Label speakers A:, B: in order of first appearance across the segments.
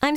A: I'm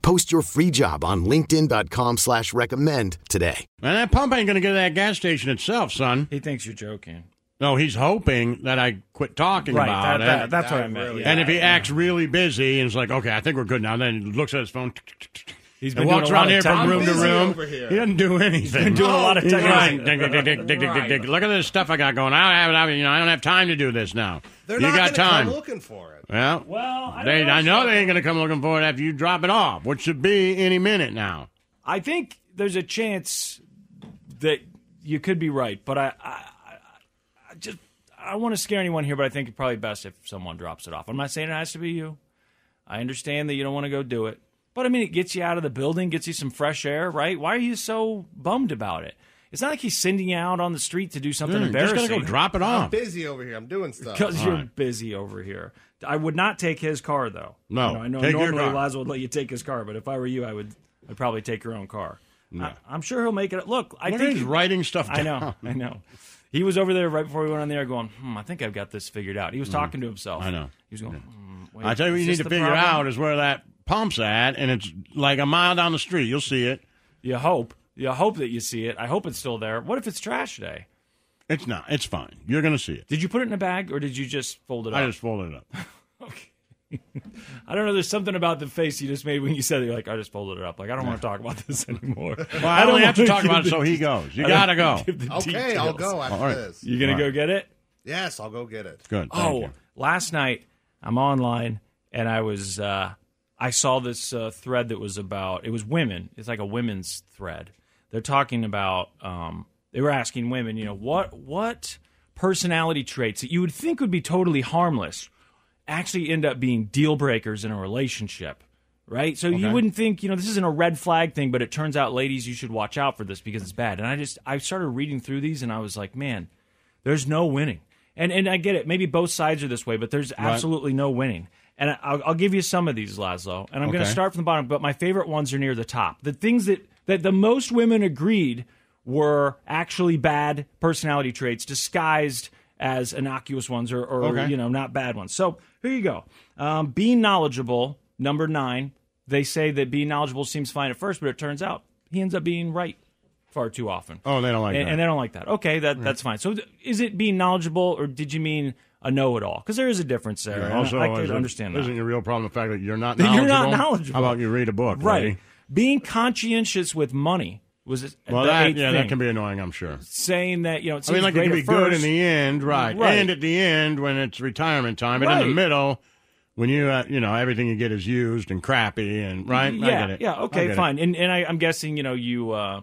B: Post your free job on LinkedIn.com slash recommend today.
C: And that pump ain't going to get to that gas station itself, son.
D: He thinks you're joking.
C: No, he's hoping that I quit talking
D: Right,
C: about
D: that-
C: it.
D: that- that's what I meant, yeah.
C: and if he acts really busy and is like, okay, I think we're good now, then he looks at his phone.
D: He's
C: and walks around here from room to room. He doesn't do anything. He's
D: doing a lot of technical-
C: Right. Dig, dig, dig, dig, dig, dig, dig, dig. Look at this stuff I got going. I don't have, I mean, you know, I don't have time to do this now.
E: They're
C: you
E: not
C: got
E: gonna
C: time?
E: Come looking for it.
C: well,
D: Well, I
C: they,
D: don't know,
C: I know
D: so-
C: they ain't going to come looking for it after you drop it off, which should be any minute now.
D: I think there's a chance that you could be right, but I, I, I- I just I don't want to scare anyone here, but I think it's probably best if someone drops it off. I'm not saying it has to be you. I understand that you don't want to go do it, but I mean it gets you out of the building, gets you some fresh air, right? Why are you so bummed about it? It's not like he's sending you out on the street to do something
C: You're just
D: embarrassing.
C: going to go drop it
E: I'm
C: off.
E: busy over here. I'm doing stuff.
D: because you're
C: Oh, right.
D: busy over here. I would not take his car though.
C: No,
D: You know, I know
C: take your
D: normally
C: car.
D: Liza would let you take his car, but if I were you, I would. I'd probably take your own car. I, am sure he'll make it. Look, I
C: Look at
D: think
C: he's writing stuff down.
D: I know, I know. He was over there right before we went on the air, going, "Hmm, I think I've got this figured out." He was talking to himself.
C: Mm-hmm. I know.
D: He was going. Hmm, wait,
C: I tell you what
D: is
C: you need
D: this
C: to
D: the
C: figure
D: problem?"
C: out is where that pump's at, and it's like a mile down the street. You'll see it.
D: You hope. You hope that you see it. I hope it's still there. What if it's trash day?
C: It's not. It's fine. You're going to see it.
D: Did you put it in a bag or did you just fold it up?
C: I just folded it up.
D: I don't know. There's something about the face you just made when you said it. You're like, I just folded it up. Like, I don't want to talk about this anymore.
C: Well, I,
D: don't
C: only have to
D: wanna
C: talk
D: give
C: about it,
D: the-
C: so he goes. You
D: I don't
C: got to go.
D: give the
E: okay, I'll
D: details.
E: go after
C: All right.
E: this.
D: You gonna
C: All
D: go
C: right.
D: get it?
E: Yes, I'll go get it.
C: Good. Thank
D: oh,
C: you.
D: last night I'm online and I was uh, I saw this uh, thread that was about it was women. It's like a women's thread. They're talking about um, they were asking women, you know, what what personality traits that you would think would be totally harmless actually end up being deal breakers in a relationship. Right, so you wouldn't think, you know, this isn't a red flag thing, but it turns out, ladies, you should watch out for this because it's bad. And I just, I started reading through these, and I was like, man, there's no winning. And and I get it. Maybe both sides are this way, but there's absolutely no winning. And I- I'll, I'll give you some of these, Laszlo. And I'm going to
C: Okay.
D: start from the bottom, but my favorite ones are near the top. The things that, that the most women agreed were actually bad personality traits disguised as innocuous ones or, or
C: Okay.
D: you know, not bad ones. So here you go. Um, being knowledgeable, number nine. They say that being knowledgeable seems fine at first, but it turns out he ends up being right far too often
C: Oh, they don't like
D: and,
C: that.
D: and I don't like that. Okay, that that's fine. So, th- is it being knowledgeable, or did you mean a know-it-all? Because there is a difference there. and I-
C: also,
D: I could
C: isn't-
D: understand that.
C: Isn't your real problem the fact that you're not
D: That
C: knowledgeable?
D: you're not knowledgeable.
C: How about you read a book?
D: right.
C: lady?
D: Being conscientious with money was it-
C: Well,
D: the
C: that
D: eighth
C: yeah,
D: thing.
C: that can be annoying. I'm sure.
D: saying that you know. It
C: I
D: seems
C: mean, like it
D: great
C: can be
D: at
C: good in
D: first.
C: the end, right?
D: Right.
C: And at the end when it's retirement time, and in
D: Right.
C: the middle when you uh, you know everything you get is used and crappy and right. I
D: Yeah,
C: get it.
D: yeah,
C: I
D: okay,
C: get it.
D: fine. And and I, I'm guessing you know you uh,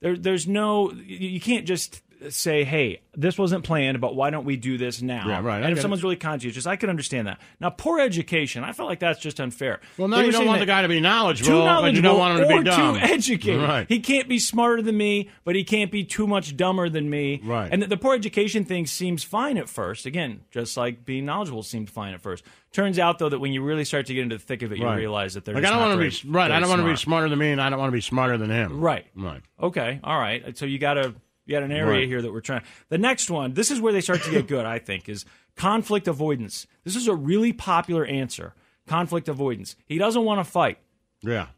D: there there's no you you can't just say hey this wasn't planned but why don't we do this now
C: Yeah, right, I
D: and
C: get
D: if
C: it.
D: someone's really conscientious i can understand that now poor education i felt like that's just unfair
C: Well, now
D: They
C: you
D: were
C: don't
D: saying
C: want
D: that-
C: the guy to be knowledgeable,
D: too knowledgeable
C: but you don't want him to
D: or
C: be dumb.
D: too educated.
C: Right.
D: He can't be smarter than me, but he can't be too much dumber than me.
C: Right.
D: And the, the poor education thing seems fine at first. Again, just like being knowledgeable seemed fine at first. Turns out though that when you really start to get into the thick of it, you
C: Right.
D: realize that they're
C: like I
D: just
C: don't
D: not
C: want to
D: very-
C: be right. I
D: very
C: don't want to be
D: smart.
C: smarter than me, and I don't want to be smarter than him.
D: Right.
C: Right.
D: Okay. All right. So you got a you got an area
C: Right.
D: here that we're trying. The next one, this is where they start to get good, I think, is conflict avoidance. This is a really popular answer. Conflict avoidance. He doesn't want to fight.
C: Yeah.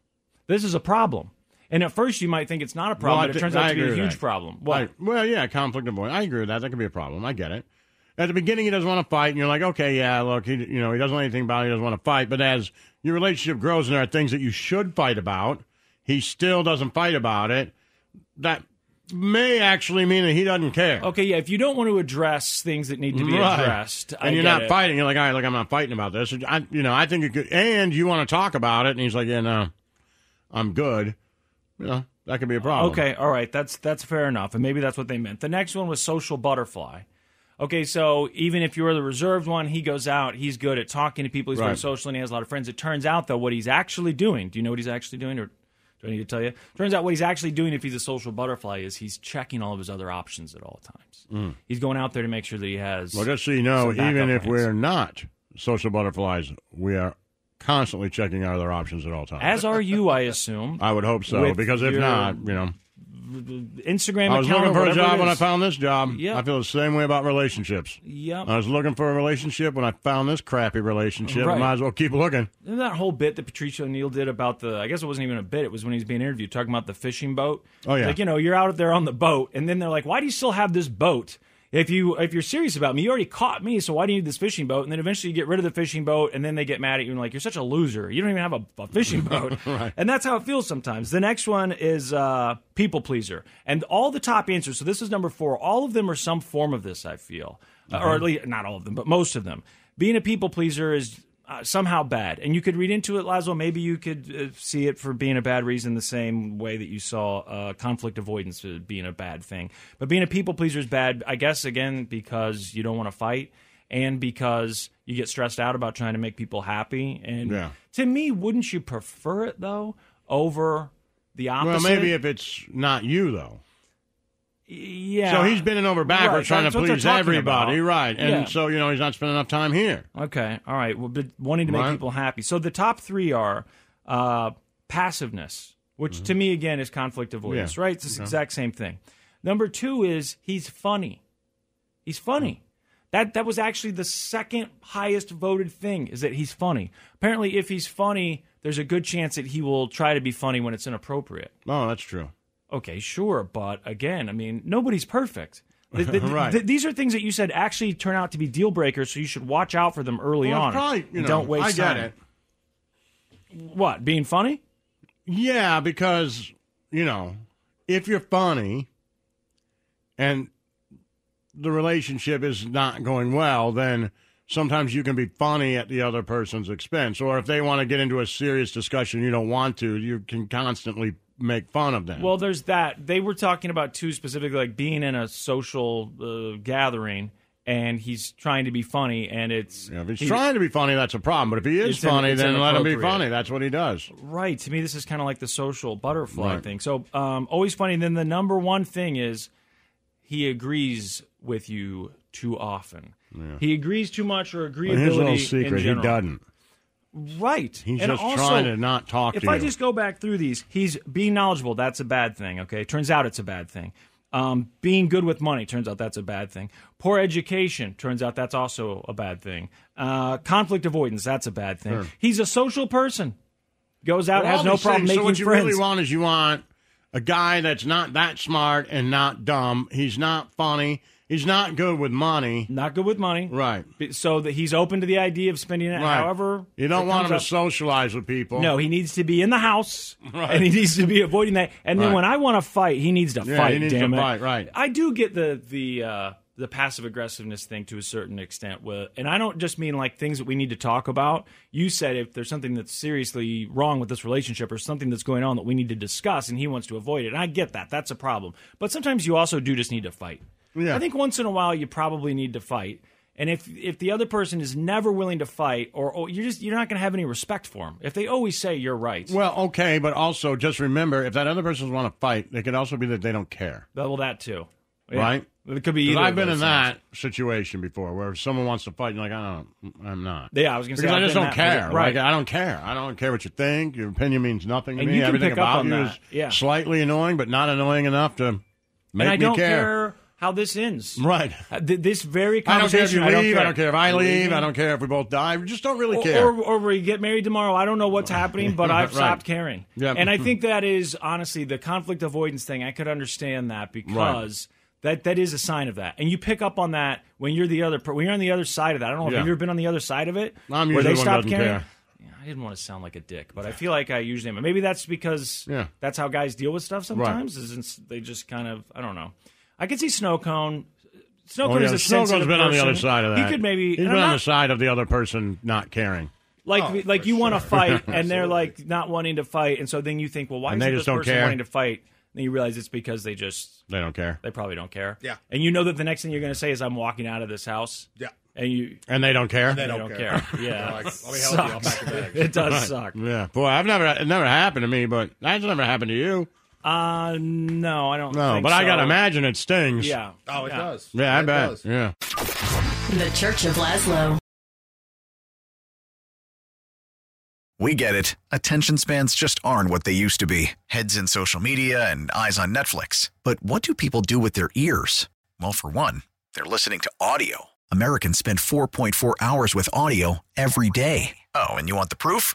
D: this is a problem. And at first, you might think it's not a problem,
C: Well,
D: but
C: I
D: it turns
C: thi-
D: out
C: I
D: to be a
C: agree with
D: huge
C: that.
D: problem. Well,
C: Right. well, yeah, conflict avoidance. I agree with that. That could be a problem. I get it. At the beginning, he doesn't want to fight, and you're like, okay, yeah, look, he, you know, he doesn't want anything about. It, he doesn't want to fight. But as your relationship grows, and there are things that you should fight about, he still doesn't fight about it. That may actually mean that he doesn't care.
D: okay, yeah. If you don't want to address things that need to be
C: Right.
D: addressed,
C: and
D: I
C: you're
D: get
C: not
D: it.
C: fighting. You're like, all right, look, I'm not fighting about this. I, you know, I think it could, and you want to talk about it, and he's like, yeah, no, I'm good. You know, that could be a problem.
D: Okay, all right. That's that's fair enough, and maybe that's what they meant. The next one was social butterfly. Okay, so even if you're the reserved one, he goes out. He's good at talking to people. He's very
C: Right.
D: social, and he has a lot of friends. It turns out, though, what he's actually doing. Do you know what he's actually doing, or Do I need to tell you? Turns out what he's actually doing if he's a social butterfly is he's checking all of his other options at all times. He's going out there to make sure that he has.
C: Mm. Well, just so you know,
D: Some backup
C: even if
D: plans.
C: we're not social butterflies, we are constantly checking our other options at all times.
D: as are you, I assume.
C: I would hope so,
D: with
C: because if
D: your
C: not, you know,
D: Instagram.
C: I was looking
D: account or
C: for a
D: whatever it
C: job when I
D: is.
C: found this job.
D: Yeah.
C: I feel the same way about relationships.
D: Yep.
C: I was looking for a relationship when I found this crappy relationship.
D: Right.
C: Might as well keep looking.
D: Remember that whole bit that Patricia O'Neill did about the? I guess it wasn't even a bit. It was when he was being interviewed, talking about the fishing boat.
C: Oh, yeah.
D: like you know, you're out there on the boat, and then they're like, "Why do you still have this boat? If you if you're serious about me, you already caught me, so why do you need this fishing boat?" And then eventually you get rid of the fishing boat, and then they get mad at you and like, "You're such a loser. You don't even have a, a fishing boat." right. And that's how it feels sometimes. The next one is uh, people pleaser, and all the top answers. So this is number four. All of them are some form of this. I feel, Uh,
C: Uh-huh.
D: or at least not all of them, but most of them. Being a people pleaser is uh, somehow bad. And you could read into it, Lazo. Maybe you could uh, see it for being a bad reason, the same way that you saw uh, conflict avoidance as being a bad thing. But being a people pleaser is bad, I guess, again, because you don't want to fight and because you get stressed out about trying to make people happy. And
C: Yeah.
D: to me, wouldn't you prefer it, though, over the opposite?
C: Well, maybe if it's not you, though.
D: Yeah.
C: So he's bending over backwards
D: Right,
C: trying
D: that's
C: to
D: what they're
C: please
D: talking
C: everybody,
D: about.
C: right? And
D: Yeah.
C: so you know he's not spending enough time here.
D: Okay. All right. Well, but wanting to make
C: Right.
D: people happy. So the top three are uh, passiveness, which to me again is conflict avoidance.
C: Mm-hmm. Yeah.
D: Right. It's this exact same thing. Number two is he's funny. He's funny. That that was actually the second highest voted thing is that he's funny. Apparently, if he's funny, there's a good chance that he will try to be funny when it's inappropriate.
C: Oh, that's true.
D: Okay, sure, but again, I mean, nobody's perfect. Th- th-
C: Right.
D: th- these are things that you said actually turn out to be deal breakers, so you should watch out for them early
C: Well,
D: on.
C: it's probably, you
D: and
C: know,
D: don't waste
C: I get
D: time.
C: it.
D: What being funny?
C: Yeah, because you know, if you're funny and the relationship is not going well, then sometimes you can be funny at the other person's expense. Or if they want to get into a serious discussion you don't want to, you can constantly make fun of them.
D: Well, there's that. They were talking about two specifically, like being in a social uh, gathering, and he's trying to be funny, and it's
C: You know, if he's
D: he-
C: trying to be funny, that's a problem. But if he is
D: It's in-
C: funny,
D: it's
C: then let him be
D: inappropriate.
C: funny. That's what he does.
D: right to me. This is kind of like the social butterfly
C: Right.
D: thing. So um, always funny. And then the number one thing is he agrees with you too often. He agrees too much or
C: But
D: agreeability.
C: here's a little
D: in
C: secret: he
D: general.
C: doesn't.
D: Right.
C: He's
D: and
C: just
D: also,
C: trying to not talk
D: If
C: to
D: I
C: you.
D: just go back through these, he's being knowledgeable. That's a bad thing. Okay. Turns out it's a bad thing. Um, being good with money turns out that's a bad thing. Poor education turns out that's also a bad thing. Uh, conflict avoidance that's a bad thing. He's a social person. Goes out
C: Well, all
D: has no
C: these
D: problem
C: things-
D: making
C: so what you
D: friends.
C: really want is you want a guy that's not that smart and not dumb. He's not funny. He's not good with money.
D: Not good with money.
C: Right.
D: B- So that he's open to the idea of spending it.
C: Right.
D: However,
C: you don't
D: it
C: want
D: comes
C: him
D: up-
C: to socialize with people.
D: No, he needs to be in the house,
C: Right.
D: and he needs to be avoiding that. And then
C: Right.
D: when I want to fight, he needs to
C: Yeah,
D: fight.
C: he needs
D: damn
C: to
D: it.
C: fight, right.
D: I do get the the uh, the passive aggressiveness thing to a certain extent, with, and I don't just mean like things that we need to talk about. You said if there's something that's seriously wrong with this relationship or something that's going on that we need to discuss, and he wants to avoid it, and I get that. That's a problem. But sometimes you also do just need to fight.
C: Yeah.
D: I think once in a while you probably need to fight. And if if the other person is never willing to fight, or, or you're just you're not going to have any respect for them. If they always say you're right, well,
C: Well, okay, but also just remember if that other person want to fight, it could also be that they don't care.
D: well that too, Yeah.
C: Right.
D: It could be
C: 'Cause
D: either.
C: I've
D: of
C: been
D: those
C: in
D: things.
C: that situation before where if someone wants to fight, you're like, I don't, I'm not.
D: Yeah, I was going to say
C: Because I
D: I've
C: just
D: been
C: don't
D: in that-
C: care.
D: Right.
C: Like, I don't care. I don't care what you think. Your opinion means nothing to
D: And
C: me.
D: you can
C: Everything
D: pick up
C: about
D: on
C: you
D: that.
C: is
D: Yeah.
C: slightly annoying, but not annoying enough to make
D: and I
C: me
D: don't care. how this ends.
C: Right.
D: Uh, th- This very
C: I don't care if
D: conversation.
C: you leave. I don't care if I
D: You're
C: leave. I
D: leaving.
C: don't care if we both die. We just don't really
D: Or,
C: care.
D: or, or we get married tomorrow. I don't know what's happening, but I've
C: Right.
D: stopped caring.
C: Yeah. Mm-hmm.
D: And I think that is honestly the conflict avoidance thing. I could understand that because that that is a sign of that, and you pick up on that when you're the other per- when you're on the other side of that. I don't know if
C: Yeah.
D: you've ever been on the other side of it.
C: I'm
D: where
C: usually
D: they
C: the one
D: stopped
C: who doesn't
D: caring.
C: care.
D: Yeah, I didn't want to sound like a dick, but I feel like I usually am. And Maybe that's because
C: Yeah.
D: that's how guys deal with stuff sometimes. Isn't they just kind of I don't know. I could see snow cone. Snow
C: Oh,
D: cone
C: yeah,
D: is a
C: Snowgo's
D: sensitive
C: been on the
D: person.
C: other side of that.
D: He could maybe
C: he's
D: and
C: been
D: I'm
C: on
D: not-
C: the side of the other person not caring,
D: like
E: Oh,
D: like
E: for
D: you want to
E: sure.
D: fight and they're like not wanting to fight and so then you think well why
C: And
D: is
C: they
D: this
C: just don't
D: person
C: care?
D: wanting to fight and then you realize it's because they just
C: they don't care.
D: they probably don't care
E: Yeah.
D: and you know that the next thing you're going to say is i'm walking out of this house
E: Yeah.
D: and you
C: And they don't care.
E: They
D: I
E: don't,
D: don't
E: care.
D: care. Yeah.
E: They're like, let me help you. I'll
D: Sucks.
E: pack your bags.
D: it does suck.
C: yeah, boy, I've never it never happened to me, but that's never happened to you.
D: Uh no, I don't.
C: No,
D: think
C: but I
D: so.
C: gotta imagine it stings.
D: Yeah.
E: Oh, it
D: yeah.
E: does.
C: yeah, I
E: it
C: bet.
E: Does.
C: Yeah,
F: The Church of Laszlo.
G: We get it. Attention spans just aren't what they used to be heads in social media and eyes on Netflix. But what do people do with their ears? Well, for one, they're listening to audio. Americans spend 4.4 hours with audio every day. Oh, and you want the proof?